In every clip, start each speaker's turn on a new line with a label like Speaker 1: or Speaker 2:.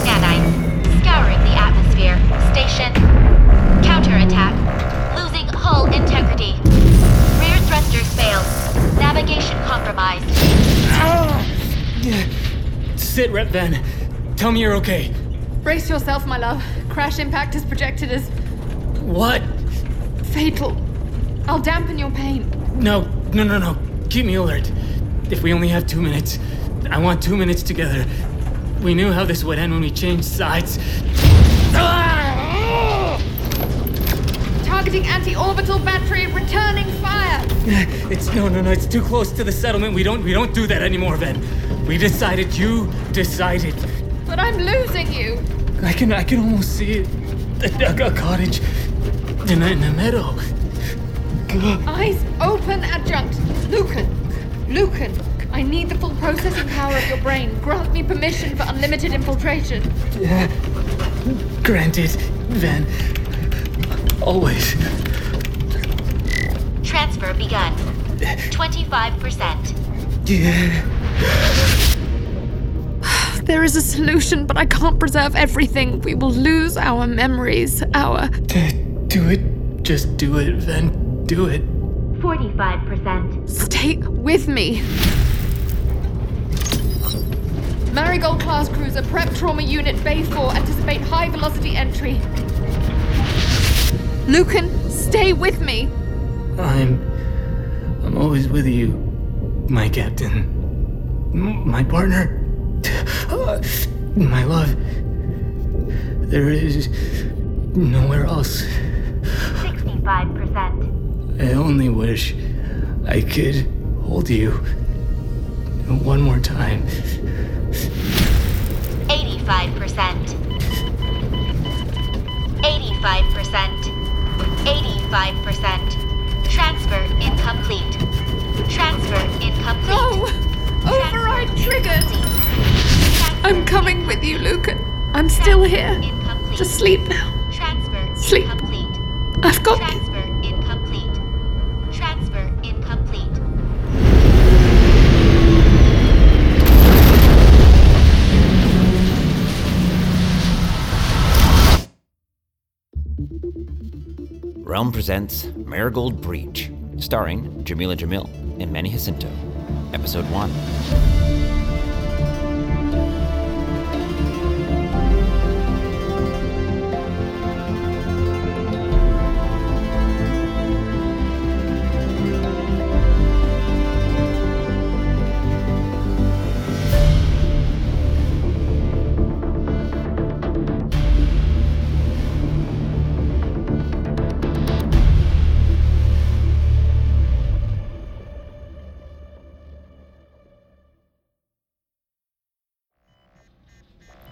Speaker 1: Scanine. Scouring the atmosphere. Station. Counterattack. Losing hull integrity. Rear thrusters failed. Navigation compromised.
Speaker 2: Sit rep then. Tell me you're okay.
Speaker 3: Brace yourself, my love. Crash impact is projected as
Speaker 2: What?
Speaker 3: fatal. I'll dampen your pain.
Speaker 2: No, no, no, no. Keep me alert. If we only have two minutes, I want two minutes together. We knew how this would end when we changed sides.
Speaker 3: Targeting anti orbital battery, returning fire.
Speaker 2: It's no, no, no. It's too close to the settlement. We don't, we don't do that anymore, Ven. We decided. You decided.
Speaker 3: But I'm losing you.
Speaker 2: I can, I can almost see it. A, a- a cottage in a, in a meadow.
Speaker 3: Eyes open, adjunct. Lucan. Lucan. I need the full processing power of your brain. Grant me permission for unlimited infiltration.
Speaker 2: Granted, Ven. Always.
Speaker 1: Transfer begun. 25%.
Speaker 3: There is a solution, but I can't preserve everything. We will lose our memories, our.
Speaker 2: Do it. Just do it, Ven. Do it.
Speaker 1: 45%.
Speaker 3: Stay with me. Marigold class cruiser, prep trauma unit, bay 4, anticipate high velocity entry. Lucan, stay with me.
Speaker 2: I'm. I'm always with you, my captain. M- My partner. My love. There is nowhere else.
Speaker 1: 65%.
Speaker 2: I only wish I could hold you one more time.
Speaker 1: 85%. 85%. 85%. Transfer incomplete. Transfer incomplete.
Speaker 3: No! Override triggered! I'm coming with you, Lucan. I'm still here.
Speaker 1: Incomplete.
Speaker 3: Just sleep now.
Speaker 1: Transfer
Speaker 3: sleep.
Speaker 1: incomplete.
Speaker 3: I've got you.
Speaker 1: Transfer incomplete. Transfer incomplete.
Speaker 4: Realm presents Marigold Breach, starring Jamila Jamil and Manny Jacinto. Episode 1.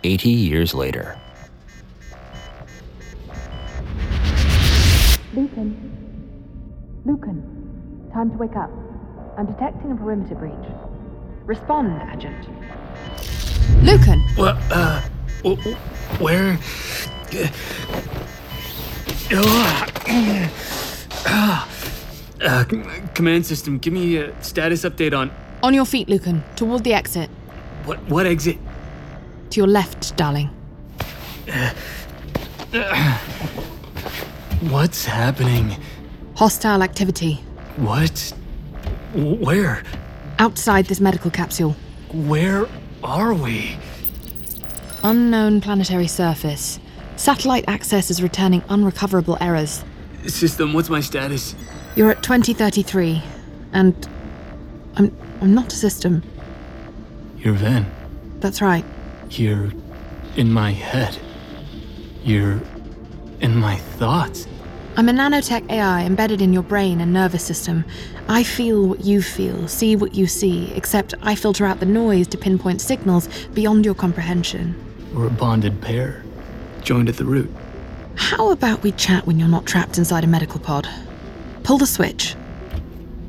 Speaker 4: Eighty years later.
Speaker 5: Lucan, time to wake up. I'm detecting a perimeter breach. Respond, Agent.
Speaker 3: Lucan!
Speaker 2: Well, uh, w- w- where? Uh, command system, give me a status update on
Speaker 3: On your feet, Lucan. Toward the exit.
Speaker 2: what what exit?
Speaker 3: To your left, darling.
Speaker 2: What's happening?
Speaker 3: Hostile activity.
Speaker 2: What? W- Where?
Speaker 3: Outside this medical capsule.
Speaker 2: Where are we?
Speaker 3: Unknown planetary surface. Satellite access is returning unrecoverable errors.
Speaker 2: System, what's my status?
Speaker 3: You're at 2033, and I'm I'm not a system.
Speaker 2: You're Van.
Speaker 3: That's right.
Speaker 2: You're in my head. You're in my thoughts.
Speaker 3: I'm a nanotech AI embedded in your brain and nervous system. I feel what you feel, see what you see, except I filter out the noise to pinpoint signals beyond your comprehension.
Speaker 2: We're a bonded pair, joined at the root.
Speaker 3: How about we chat when you're not trapped inside a medical pod? Pull the switch.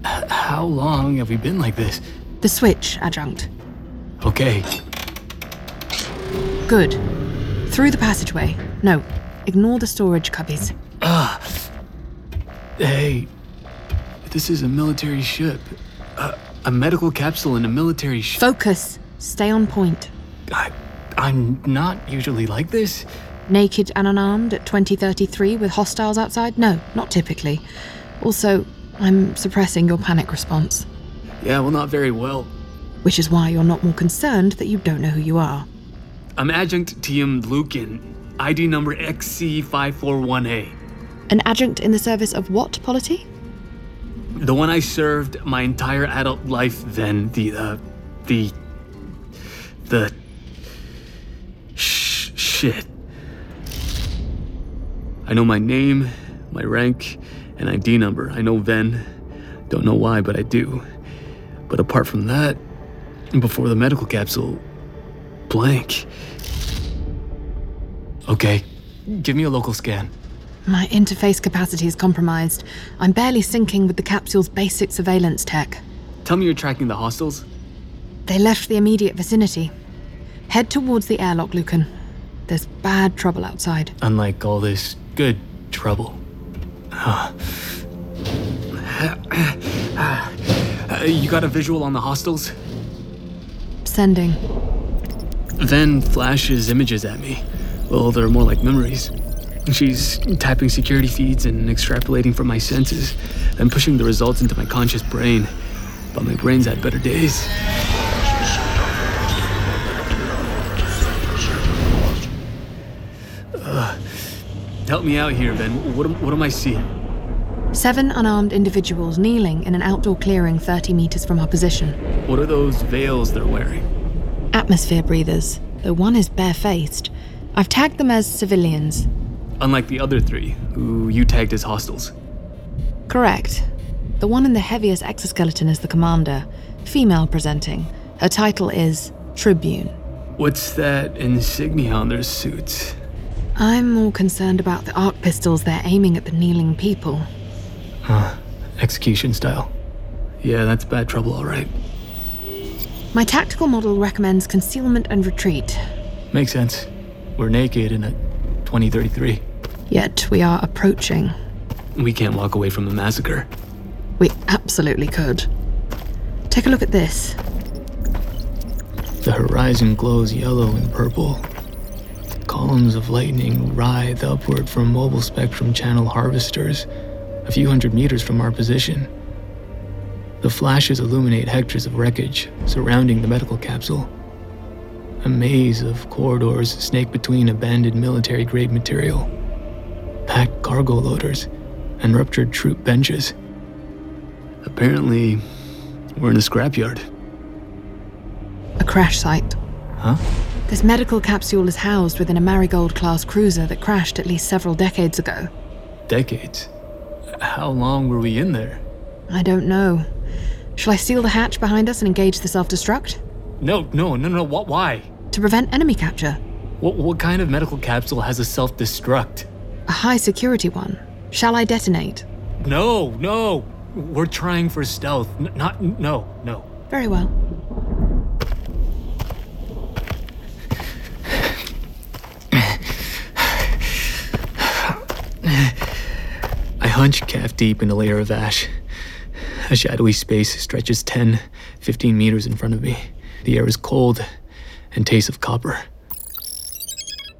Speaker 2: How long have we been like this?
Speaker 3: The switch, adjunct.
Speaker 2: Okay,
Speaker 3: Good. Through the passageway. No, ignore the storage cubbies.
Speaker 2: hey, this is a military ship. Uh, a medical capsule in a military ship.
Speaker 3: Focus. Stay on point.
Speaker 2: I, I'm not usually like this.
Speaker 3: Naked and unarmed at 2033 with hostiles outside? No, not typically. Also, I'm suppressing your panic response,
Speaker 2: Yeah, well, not very well.
Speaker 3: which is why you're not more concerned that you don't know who you are.
Speaker 2: I'm Adjunct TM Lucan, ID number XC541A.
Speaker 3: An adjunct in the service of what polity?
Speaker 2: The one I served my entire adult life, then the, uh, the, the, sh- shit. I know my name, my rank, and ID number. I know Ven. Don't know why, but I do. But apart from that, before the medical capsule, blank. Okay, give me a local scan.
Speaker 3: My interface capacity is compromised. I'm barely syncing with the capsule's basic surveillance tech.
Speaker 2: Tell me you're tracking the hostiles.
Speaker 3: They left the immediate vicinity. Head towards the airlock, Lucan. There's bad trouble outside.
Speaker 2: unlike all this good trouble. Ah. Uh, you got a visual on the hostiles?
Speaker 3: Sending.
Speaker 2: Then flashes images at me. Well, they're more like memories. She's tapping security feeds and extrapolating from my senses, then pushing the results into my conscious brain. But my brain's had better days. Ugh. help me out here, Ben. What am, what am I seeing?
Speaker 3: Seven unarmed individuals kneeling in an outdoor clearing 30 meters from our position.
Speaker 2: What are those veils they're wearing?
Speaker 3: Atmosphere breathers, though one is barefaced. I've tagged them as civilians.
Speaker 2: Unlike the other three, who you tagged as hostiles.
Speaker 3: Correct. The one in the heaviest exoskeleton is the commander, female presenting. Her title is Tribune.
Speaker 2: What's that insignia on their suits?
Speaker 3: I'm more concerned about the arc pistols they're aiming at the kneeling people.
Speaker 2: Execution style. Yeah, that's bad trouble, all right.
Speaker 3: My tactical model recommends concealment and retreat,
Speaker 2: Makes sense. We're naked in a 2033.
Speaker 3: yet we are approaching.
Speaker 2: We can't walk away from the massacre.
Speaker 3: We absolutely could. Take a look at this.
Speaker 2: The horizon glows yellow and purple. Columns of lightning writhe upward from mobile spectrum channel harvesters, a few hundred meters from our position. The flashes illuminate hectares of wreckage surrounding the medical capsule. A maze of corridors snake between abandoned military grade material, packed cargo loaders, and ruptured troop benches. Apparently, we're in a scrapyard.
Speaker 3: A crash site.
Speaker 2: Huh?
Speaker 3: This medical capsule is housed within a Marigold class cruiser that crashed at least several decades ago.
Speaker 2: Decades. How long were we in there?
Speaker 3: I don't know. Shall I seal the hatch behind us and engage the self destruct?
Speaker 2: No, no, no, no. What? Why?
Speaker 3: To prevent enemy capture.
Speaker 2: What? What kind of medical capsule has a self-destruct?
Speaker 3: A high security one. Shall I detonate?
Speaker 2: No, no. We're trying for stealth. N- not, no, no.
Speaker 6: Very well.
Speaker 2: I hunch calf deep in a layer of ash. A shadowy space stretches 10, 15 meters in front of me. The air is cold and tastes of copper.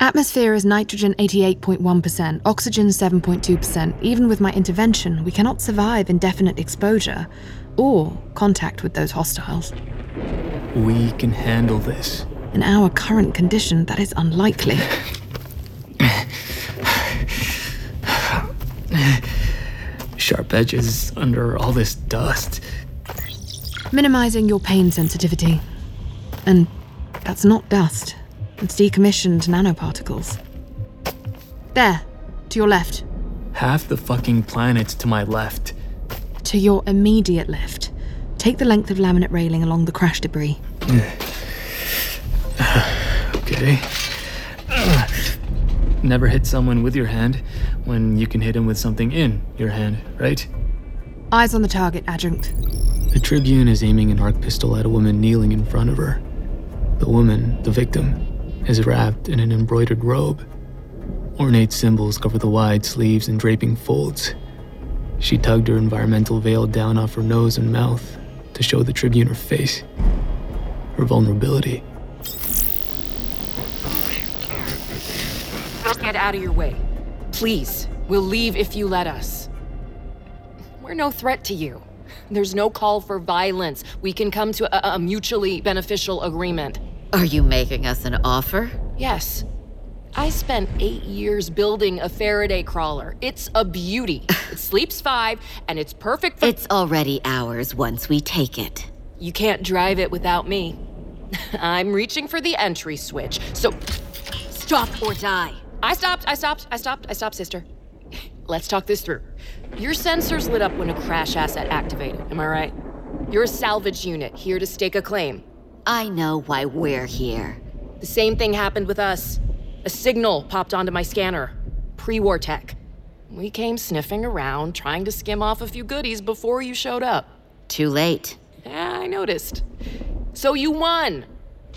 Speaker 6: Atmosphere is nitrogen 88.1%, oxygen 7.2%. Even with my intervention, we cannot survive indefinite exposure or contact with those hostiles.
Speaker 2: We can handle this.
Speaker 6: In our current condition, that is unlikely.
Speaker 2: Sharp edges under all this dust.
Speaker 6: Minimizing your pain sensitivity. And that's not dust, it's decommissioned nanoparticles. There, to your left,
Speaker 2: Half the fucking planet's to my left.
Speaker 6: to your immediate left. Take the length of laminate railing along the crash debris.
Speaker 2: Okay. Never hit someone with your hand when you can hit him with something in your hand, right?
Speaker 6: Eyes on the target, adjunct.
Speaker 2: The Tribune is aiming an arc pistol at a woman kneeling in front of her. The woman, the victim, is wrapped in an embroidered robe. Ornate symbols cover the wide sleeves and draping folds. She tugged her environmental veil down off her nose and mouth to show the Tribune her face, her vulnerability.
Speaker 7: Get out of your way. Please, we'll leave if you let us. We're no threat to you. There's no call for violence. We can come to a- a, a mutually beneficial agreement.
Speaker 8: Are you making us an offer?
Speaker 7: Yes. I spent eight years building a Faraday crawler. It's a beauty. It sleeps five, and it's perfect for.
Speaker 8: It's already ours once we take it.
Speaker 7: You can't drive it without me. I'm reaching for the entry switch, so stop
Speaker 8: Or die.
Speaker 7: I stopped, I stopped, I stopped, I stopped, sister. Let's talk this through. Your sensors lit up when a crash asset activated, am I right? You're a salvage unit here to stake a claim.
Speaker 8: I know why we're here.
Speaker 7: The same thing happened with us. A signal popped onto my scanner. Pre war tech. We came sniffing around, trying to skim off a few goodies before you showed up.
Speaker 8: Too late.
Speaker 7: Yeah, I noticed. So you won!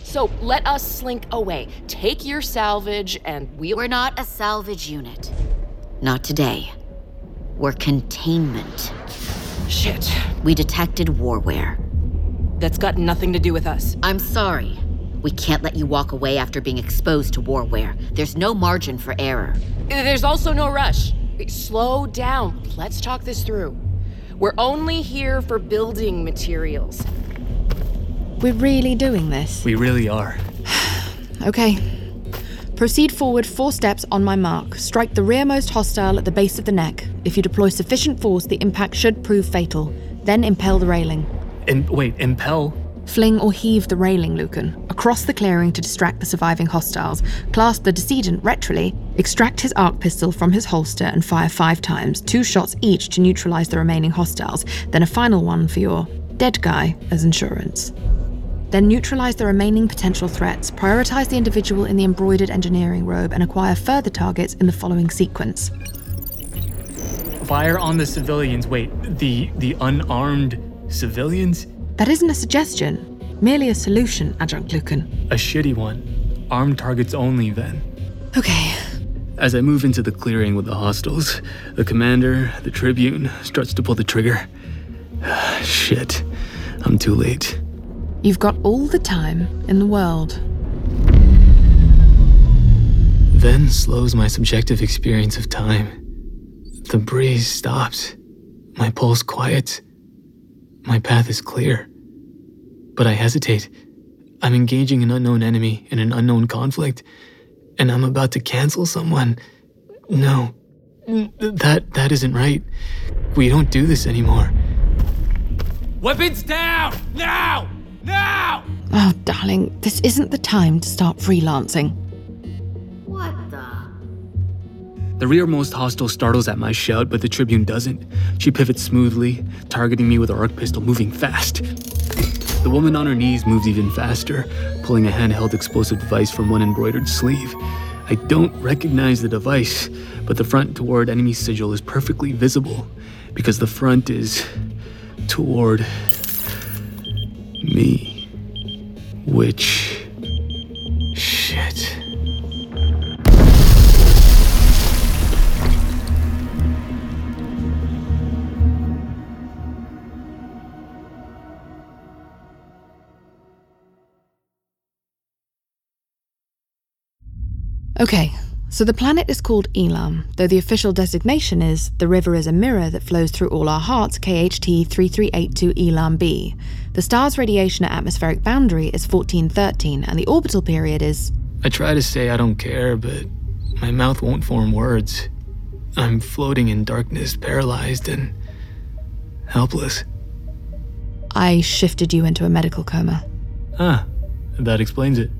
Speaker 7: So let us slink away. Take your salvage and we'll.
Speaker 8: We're not a salvage unit. Not today. We're containment.
Speaker 7: Shit.
Speaker 8: We detected warware.
Speaker 7: That's got nothing to do with us.
Speaker 8: I'm sorry. We can't let you walk away after being exposed to warware. There's no margin for error.
Speaker 7: There's also no rush. Slow down. Let's talk this through. We're only here for building materials.
Speaker 6: We're really doing this.
Speaker 2: We really are.
Speaker 6: Okay. Proceed forward four steps on my mark. Strike the rearmost hostile at the base of the neck. If you deploy sufficient force, the impact should prove fatal. Then impel the railing.
Speaker 2: And wait, impel?
Speaker 6: Fling or heave the railing, Lucan, across the clearing to distract the surviving hostiles. Clasp the decedent retrally, extract his arc pistol from his holster and fire five times, two shots each to neutralize the remaining hostiles, then a final one for your dead guy as insurance. Then neutralize the remaining potential threats, prioritize the individual in the embroidered engineering robe, and acquire further targets in the following sequence.
Speaker 2: Fire on the civilians. Wait, the the unarmed civilians?
Speaker 6: That isn't a suggestion, merely a solution, Adjunct Lucan.
Speaker 2: A shitty one. Armed targets only then.
Speaker 6: Okay,
Speaker 2: As I move into the clearing with the hostiles, the commander, the tribune, starts to pull the trigger. Shit. I'm too late.
Speaker 6: you've got all the time in the world.
Speaker 2: Then slows my subjective experience of time. The breeze stops. My pulse quiets. My path is clear. But I hesitate. I'm engaging an unknown enemy in an unknown conflict, and I'm about to cancel someone. No. N- That that isn't right. We don't do this anymore.
Speaker 4: Weapons down! Now! Now!
Speaker 6: Oh, darling, this isn't the time to start freelancing.
Speaker 8: What the?
Speaker 2: The rearmost hostile startles at my shout, but the Tribune doesn't. She pivots smoothly, targeting me with her arc pistol, moving fast. The woman on her knees moves even faster, pulling a handheld explosive device from one embroidered sleeve. I don't recognize the device, but the front toward enemy sigil is perfectly visible. because the front is toward me. Which. Shit.
Speaker 6: Okay, so the planet is called Elam, though the official designation is the river is a mirror that flows through all our hearts, KHT 3382 Elam B. The star's radiation at atmospheric boundary is 1413, and the orbital period is.
Speaker 2: I try to say I don't care, but my mouth won't form words. I'm floating in darkness, paralyzed and helpless.
Speaker 6: I shifted you into a medical coma.
Speaker 2: Ah, that explains it.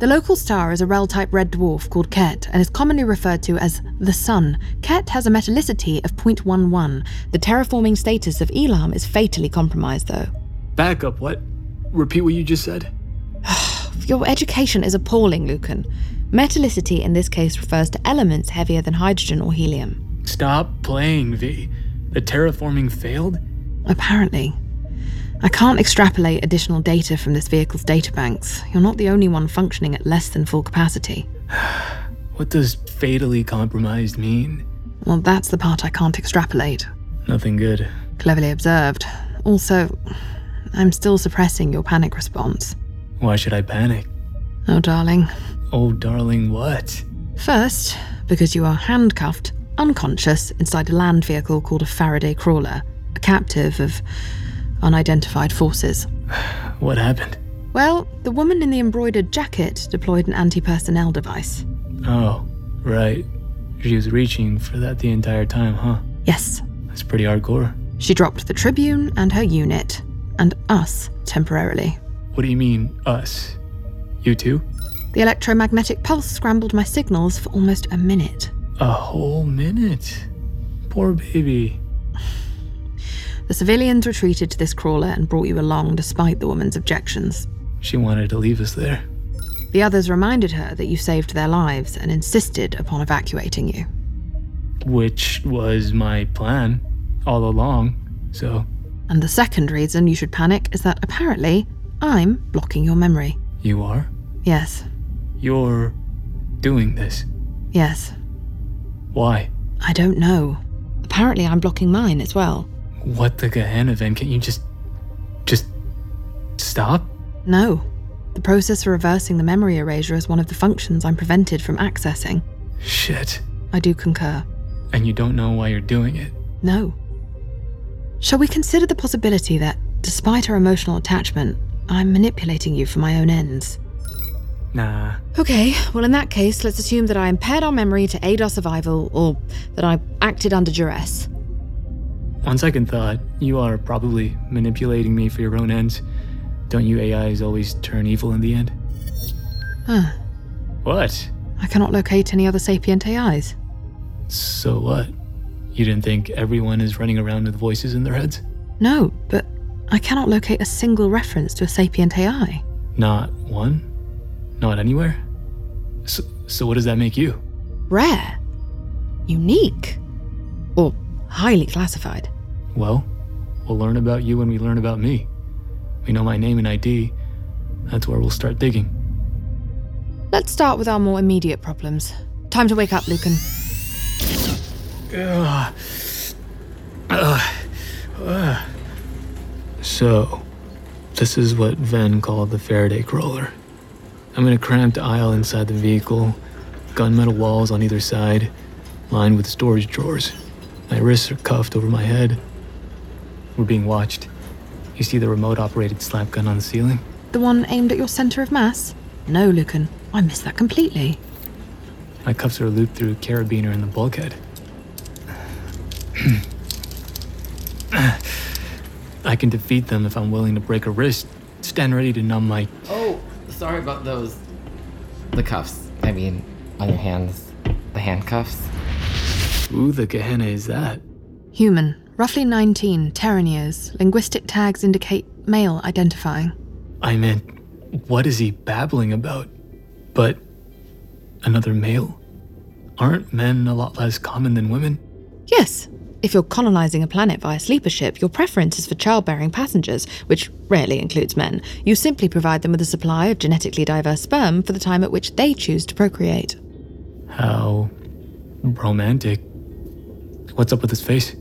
Speaker 6: The local star is a REL type red dwarf called Ket and is commonly referred to as the Sun. Ket has a metallicity of 0.11. The terraforming status of Elam is fatally compromised, though.
Speaker 2: Back up, what? Repeat what you just said?
Speaker 6: Your education is appalling, Lucan. Metallicity in this case refers to elements heavier than hydrogen or helium.
Speaker 2: Stop playing, V. The terraforming failed?
Speaker 6: Apparently. I can't extrapolate additional data from this vehicle's databanks. You're not the only one functioning at less than full capacity.
Speaker 2: What does fatally compromised mean?
Speaker 6: Well, that's the part I can't extrapolate.
Speaker 2: Nothing good.
Speaker 6: Cleverly observed. Also, I'm still suppressing your panic response.
Speaker 2: Why should I panic?
Speaker 6: Oh, darling.
Speaker 2: Oh, darling, what?
Speaker 6: First, because you are handcuffed, unconscious, inside a land vehicle called a Faraday crawler, a captive of unidentified forces.
Speaker 2: What happened?
Speaker 6: Well, the woman in the embroidered jacket deployed an anti personnel device.
Speaker 2: Oh, right. She was reaching for that the entire time, huh?
Speaker 6: Yes,
Speaker 2: That's pretty hardcore.
Speaker 6: she dropped the Tribune and her unit, and us temporarily.
Speaker 2: What do you mean, us? You too?
Speaker 6: The electromagnetic pulse scrambled my signals for almost a minute.
Speaker 2: A whole minute. Poor baby.
Speaker 6: The civilians retreated to this crawler and brought you along despite the woman's objections.
Speaker 2: She wanted to leave us there.
Speaker 6: The others reminded her that you saved their lives and insisted upon evacuating you.
Speaker 2: Which was my plan all along, so
Speaker 6: And the second reason you should panic is that apparently I'm blocking your memory.
Speaker 2: you are?
Speaker 6: Yes,
Speaker 2: You're doing this.
Speaker 6: yes,
Speaker 2: Why?
Speaker 6: I don't know. Apparently I'm blocking mine as well.
Speaker 2: What the Gehenna then? Can you just. just. stop?
Speaker 6: No. The process for reversing the memory erasure is one of the functions I'm prevented from accessing.
Speaker 2: Shit.
Speaker 6: I do concur.
Speaker 2: And you don't know why you're doing it.
Speaker 6: No. Shall we consider the possibility that, despite our emotional attachment, I'm manipulating you for my own ends?
Speaker 2: Nah.
Speaker 6: Okay, well, in that case, let's assume that I impaired our memory to aid our survival, or that I acted under duress.
Speaker 2: On second thought, you are probably manipulating me for your own ends. Don't you AIs always turn evil in the end?
Speaker 6: Huh.
Speaker 2: What?
Speaker 6: I cannot locate any other sapient AIs.
Speaker 2: So what? You didn't think everyone is running around with voices in their heads?
Speaker 6: No, but I cannot locate a single reference to a sapient AI.
Speaker 2: Not one? Not anywhere? So, so what does that make you?
Speaker 6: Rare. Unique. Or highly classified.
Speaker 2: Well, we'll learn about you when we learn about me. We know my name and ID. That's where we'll start digging.
Speaker 6: Let's start with our more immediate problems. Time to wake up, Lucan.
Speaker 2: So, this is what Ven called the Faraday crawler. I'm in a cramped aisle inside the vehicle, gunmetal walls on either side, lined with storage drawers. My wrists are cuffed over my head. We're being watched. You see the remote operated slap gun on the ceiling?
Speaker 6: The one aimed at your centre of mass? No, Lucan. I missed that completely.
Speaker 2: My cuffs are looped through a carabiner in the bulkhead. I can defeat them if I'm willing to break a wrist. Stand ready to numb my.
Speaker 9: Oh, sorry about those. The cuffs. I mean, on your hands. The handcuffs.
Speaker 2: Who the Gehenna is that?
Speaker 6: Human. Roughly 19, Terran years. Linguistic tags indicate male identifying.
Speaker 2: I meant, what is he babbling about? But another male? Aren't men a lot less common than women?
Speaker 6: Yes, If you're colonizing a planet via sleeper ship, your preference is for childbearing passengers, which rarely includes men. You simply provide them with a supply of genetically diverse sperm for the time at which they choose to procreate.
Speaker 2: How romantic. What's up with his face?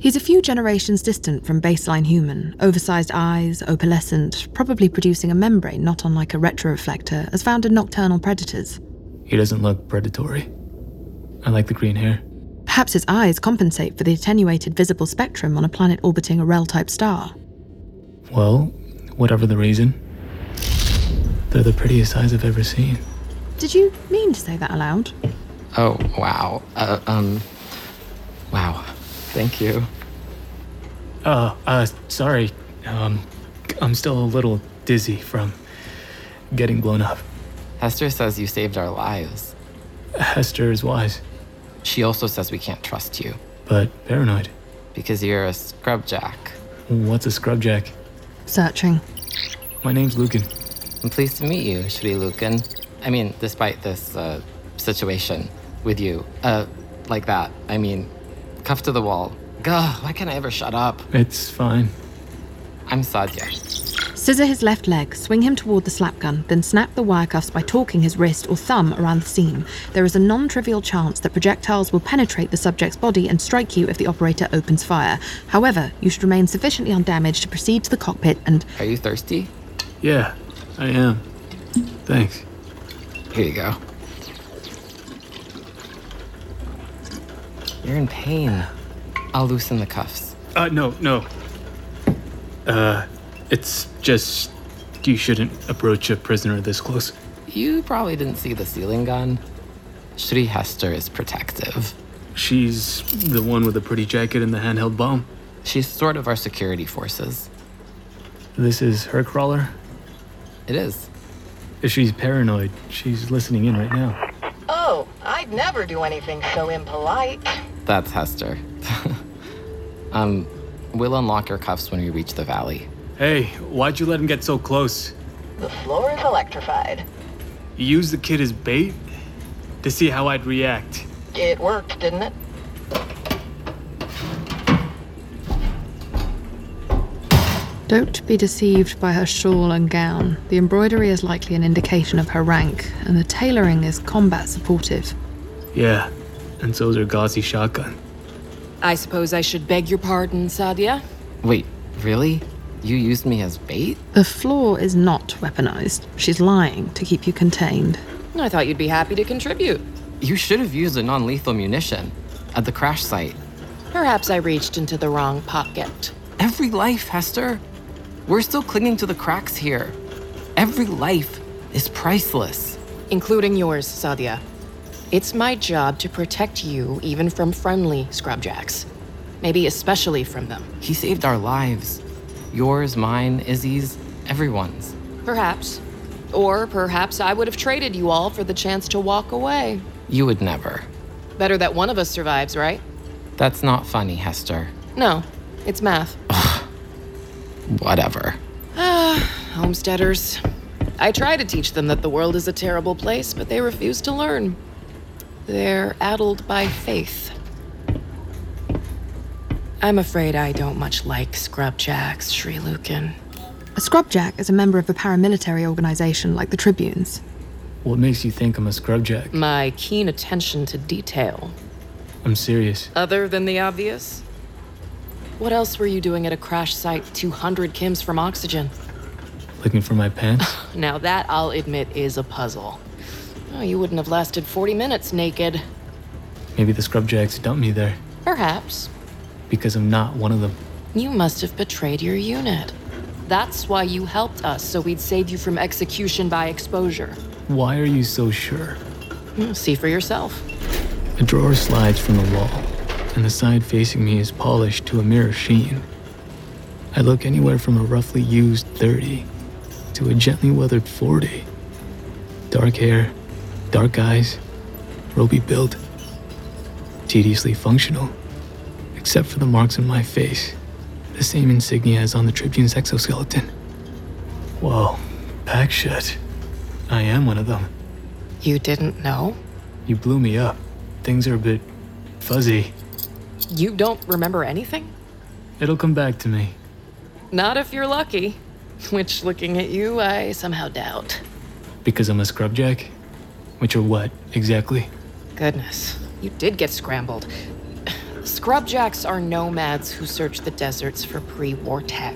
Speaker 6: He's a few generations distant from baseline human, oversized eyes, opalescent, probably producing a membrane not unlike a retroreflector as found in nocturnal predators.
Speaker 2: He doesn't look predatory. I like the green hair.
Speaker 6: Perhaps his eyes compensate for the attenuated visible spectrum on a planet orbiting a REL type star.
Speaker 2: Well, whatever the reason, they're the prettiest eyes I've ever seen.
Speaker 6: Did you mean to say that aloud?
Speaker 9: Oh, wow. Uh, um, wow. Thank you.
Speaker 2: Uh, uh, sorry. Um, I'm still a little dizzy from getting blown up.
Speaker 9: Hester says you saved our lives.
Speaker 2: Hester is wise,
Speaker 9: She also says we can't trust you
Speaker 2: but paranoid.
Speaker 9: because you're a scrubjack.
Speaker 2: What's a scrubjack?
Speaker 6: Searching.
Speaker 2: My name's Lucan.
Speaker 9: I'm pleased to meet you, Shri Lucan. I mean, despite this uh, situation with you, uh, like that. I mean, cuff to the wall. Gah, why can't I ever shut up?
Speaker 2: It's fine.
Speaker 9: I'm Sadia.
Speaker 6: Scissor his left leg, swing him toward the slap gun, then snap the wire cuffs by torquing his wrist or thumb around the seam. There is a non trivial chance that projectiles will penetrate the subject's body and strike you if the operator opens fire. However, you should remain sufficiently undamaged to proceed to the cockpit and.
Speaker 9: Are you thirsty?
Speaker 2: Yeah, I am. Thanks.
Speaker 9: Here you go. You're in pain. I'll loosen the cuffs.
Speaker 2: Uh, no, no. Uh, it's just you shouldn't approach a prisoner this close.
Speaker 9: You probably didn't see the ceiling gun. Shri Hester is protective.
Speaker 2: She's the one with the pretty jacket and the handheld bomb.
Speaker 9: She's sort of our security forces.
Speaker 2: This is her crawler.
Speaker 9: It is.
Speaker 2: If she's paranoid, she's listening in right now.
Speaker 10: Oh, I'd never do anything so impolite.
Speaker 9: That's Hester. um, we'll unlock your cuffs when we reach the valley.
Speaker 2: Hey, why'd you let him get so close?
Speaker 10: The floor is electrified.
Speaker 2: You used the kid as bait? To see how I'd react.
Speaker 10: It worked, didn't it?
Speaker 6: Don't be deceived by her shawl and gown. The embroidery is likely an indication of her rank, and the tailoring is combat supportive.
Speaker 2: Yeah, and so's her gauzy shotgun.
Speaker 7: I suppose I should beg your pardon, Sadia.
Speaker 9: Wait, really? You used me as bait?
Speaker 6: The floor is not weaponized. She's lying to keep you contained.
Speaker 7: I thought you'd be happy to contribute.
Speaker 9: You should have used a non lethal munition at the crash site.
Speaker 7: Perhaps I reached into the wrong pocket.
Speaker 9: Every life, Hester. We're still clinging to the cracks here. Every life is priceless.
Speaker 7: including yours, Sadia. It's my job to protect you even from friendly scrubjacks. Maybe especially from them.
Speaker 9: He saved our lives. Yours, mine, Izzy's, everyone's.
Speaker 7: Perhaps. Or perhaps I would have traded you all for the chance to walk away.
Speaker 9: You would never.
Speaker 7: Better that one of us survives, right?
Speaker 9: That's not funny, Hester.
Speaker 7: No, it's math.
Speaker 9: Whatever.
Speaker 7: Homesteaders. I try to teach them that the world is a terrible place, but they refuse to learn. They're addled by faith. I'm afraid I don't much like scrubjacks, Sri Lucan.
Speaker 6: A scrubjack is a member of a paramilitary organization like the Tribunes.
Speaker 2: What makes you think I'm a scrubjack?
Speaker 7: My keen attention to detail.
Speaker 2: I'm serious.
Speaker 7: Other than the obvious? What else were you doing at a crash site 200 kims from oxygen?
Speaker 2: Looking for my pants?
Speaker 7: Now, that I'll admit is a puzzle. Oh, you wouldn't have lasted 40 minutes naked.
Speaker 2: Maybe the scrubjacks dumped me there
Speaker 7: Perhaps.
Speaker 2: because I'm not one of them.
Speaker 7: You must have betrayed your unit. That's why you helped us, so we'd save you from execution by exposure.
Speaker 2: Why are you so sure?
Speaker 7: Hmm, See for yourself.
Speaker 2: A drawer slides from the wall, and the side facing me is polished to a mirror sheen. I look anywhere from a roughly used 30 to a gently weathered 40. Dark hair, dark eyes, roby build. Tediously functional, except for the marks on my face, the same insignia as on the Tribune's exoskeleton. Whoa, pack shit. I am one of them.
Speaker 7: You didn't know?
Speaker 2: You blew me up. Things are a bit fuzzy.
Speaker 7: You don't remember anything?
Speaker 2: It'll come back to me.
Speaker 7: Not if you're lucky. Which, looking at you, I somehow doubt.
Speaker 2: Because I'm a scrubjack? Which are what, exactly?
Speaker 7: Goodness, you did get scrambled. Scrubjacks are nomads who search the deserts for pre war tech.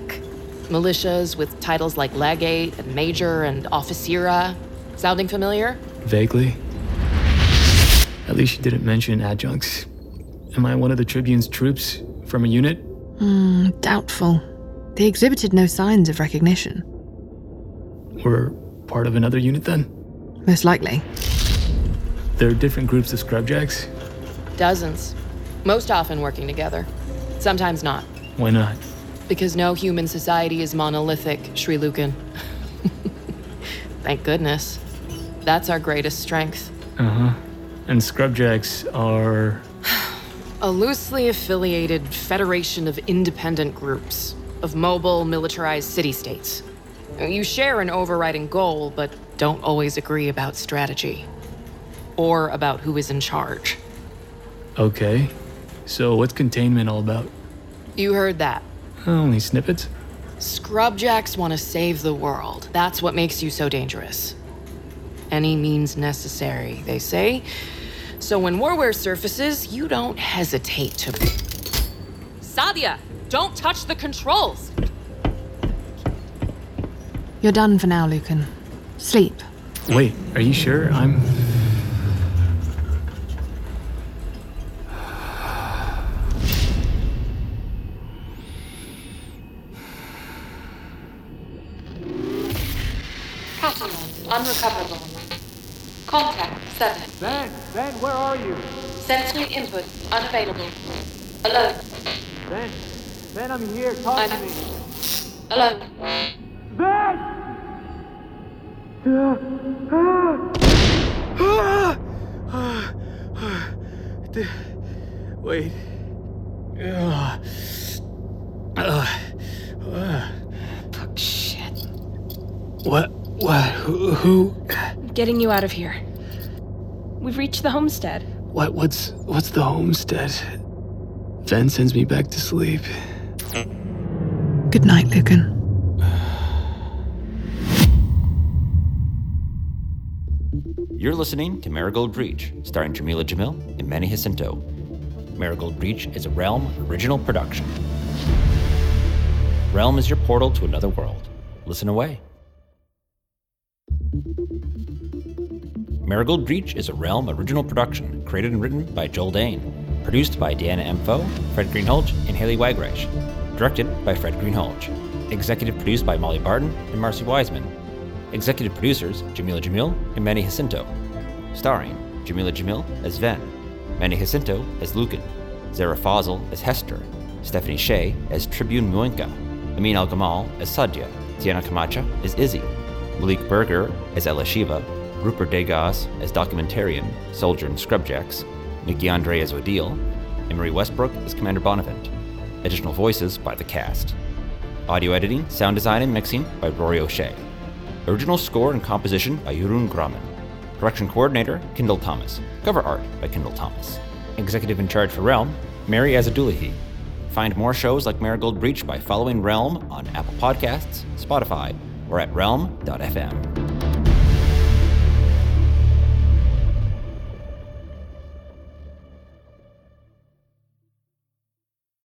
Speaker 7: Militias with titles like Legate and Major and Officera. Sounding familiar?
Speaker 2: Vaguely. At least you didn't mention adjuncts. Am I one of the Tribune's troops? From a unit?
Speaker 6: Hmm, doubtful. They exhibited no signs of recognition.
Speaker 2: We're part of another unit then?
Speaker 6: Most likely.
Speaker 2: There are different groups of scrubjacks?
Speaker 7: Dozens. Most often working together. Sometimes not.
Speaker 2: Why not?
Speaker 7: Because no human society is monolithic, Sri Lukan. Thank goodness. That's our greatest strength.
Speaker 2: Uh huh. And scrubjacks are.
Speaker 7: A loosely affiliated federation of independent groups, of mobile, militarized city states. You share an overriding goal, but don't always agree about strategy or about who is in charge.
Speaker 2: Okay. So, what's containment all about?
Speaker 7: You heard that.
Speaker 2: Only snippets?
Speaker 7: Scrubjacks want to save the world. That's what makes you so dangerous. Any means necessary, they say. So when warware surfaces, you don't hesitate to. Sadia, don't touch the controls!
Speaker 6: You're done for now, Lucan. Sleep.
Speaker 2: Wait, are you sure? I'm.
Speaker 11: Unrecoverable. Contact 7.
Speaker 12: Zan, Zan, where are you?
Speaker 11: Sensory input unavailable. Alone.
Speaker 12: Zan, Zan, I'm here. Talk
Speaker 11: I'm
Speaker 12: to me.
Speaker 11: alone.
Speaker 12: Th- Wait.
Speaker 2: Uh,
Speaker 12: Ugh. Ugh. Ugh.
Speaker 11: Fuck shit.
Speaker 12: What? What? Who? who?
Speaker 11: I'm getting you out of here. We've reached the homestead.
Speaker 2: What? What's what's the homestead? Ven sends me back to sleep.
Speaker 6: Good night, Lucan.
Speaker 4: You're listening to Marigold Breach, starring Jamila Jamil and Manny Jacinto. Marigold Breach is a Realm original production. Realm is your portal to another world. Listen away. Marigold Breach is a Realm original production created and written by Joel Dane, produced by Deanna M. Foe, Fred Greenhalgh, and Haley Wagreich, directed by Fred Greenhalgh, executive produced by Molly Barton and Marcy Wiseman, executive producers Jamila Jamil and Manny Jacinto, starring Jamila Jamil as Ven, Manny Jacinto as Lucan, Zara Fazl as Hester, Stephanie Shea as Tribune Muenka, Amin Al Gamal as Sadia, Tiana Camacha as Izzy, Malik Berger as Ella Shiva, Rupert Degas as documentarian, soldier and scrubjacks, Nikki Andre as Odile, and Marie Westbrook as Commander Bonavent. Additional voices by the cast. Audio editing, sound design, and mixing by Rory O'Shea. Original score and composition by Jeroen Graman. Production coordinator, Kendall Thomas. Cover art by Kendall Thomas. Executive in charge for Realm, Mary Azadulahi. Find more shows like Marigold Breach by following Realm on Apple Podcasts, Spotify, or at realm.fm.